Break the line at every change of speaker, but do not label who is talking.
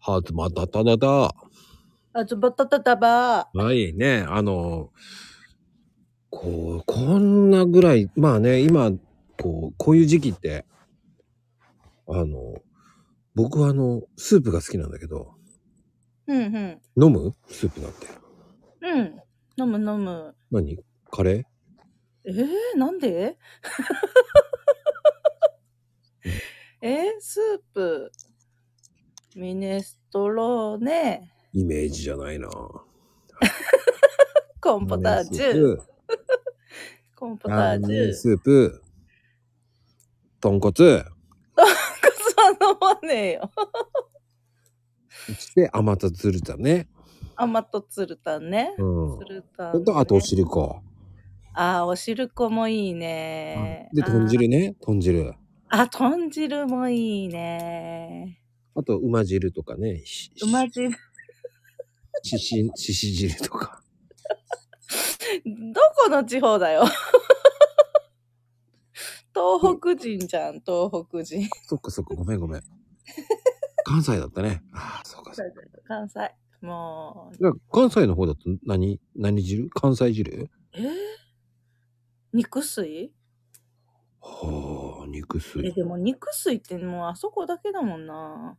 はずまたただだ。
あ、ズバタタタバ
はいね、あの、こう、こんなぐらい、まあね、今、こう、こういう時期って、あの、僕はあの、スープが好きなんだけど、
うんうん。
飲むスープなんて。
うん。飲む飲む。
何カレ
えー、なんで えー、スープ。ミネストローネ。
ーイメージじゃないな。
コンポタージュ。コンポタ
ラ
ー
ー
ジ
メ
ュ
ン。スープ、豚骨、
クソ飲まねえよ。
そして甘たつるだね。
甘とつるたんね。
うん
つ。るたん、
ほん
ね。
と、あとお汁粉。
あー、お汁粉もいいね。
で、豚汁ね、豚汁。
あー。あ、豚汁もいいね。
あと、馬汁とかね、し
うま汁。
しし、しし汁とか。
どこの地方だよ 東北人じゃん、東北人。
そっかそっか、ごめんご めん。関西だったね。ああ、そうかそうか。
関西。もう、
じゃあ関西の方だと何、何汁関西汁
えー肉水
はあ、肉
え、
水。
でも肉水ってもうあそこだけだもんな。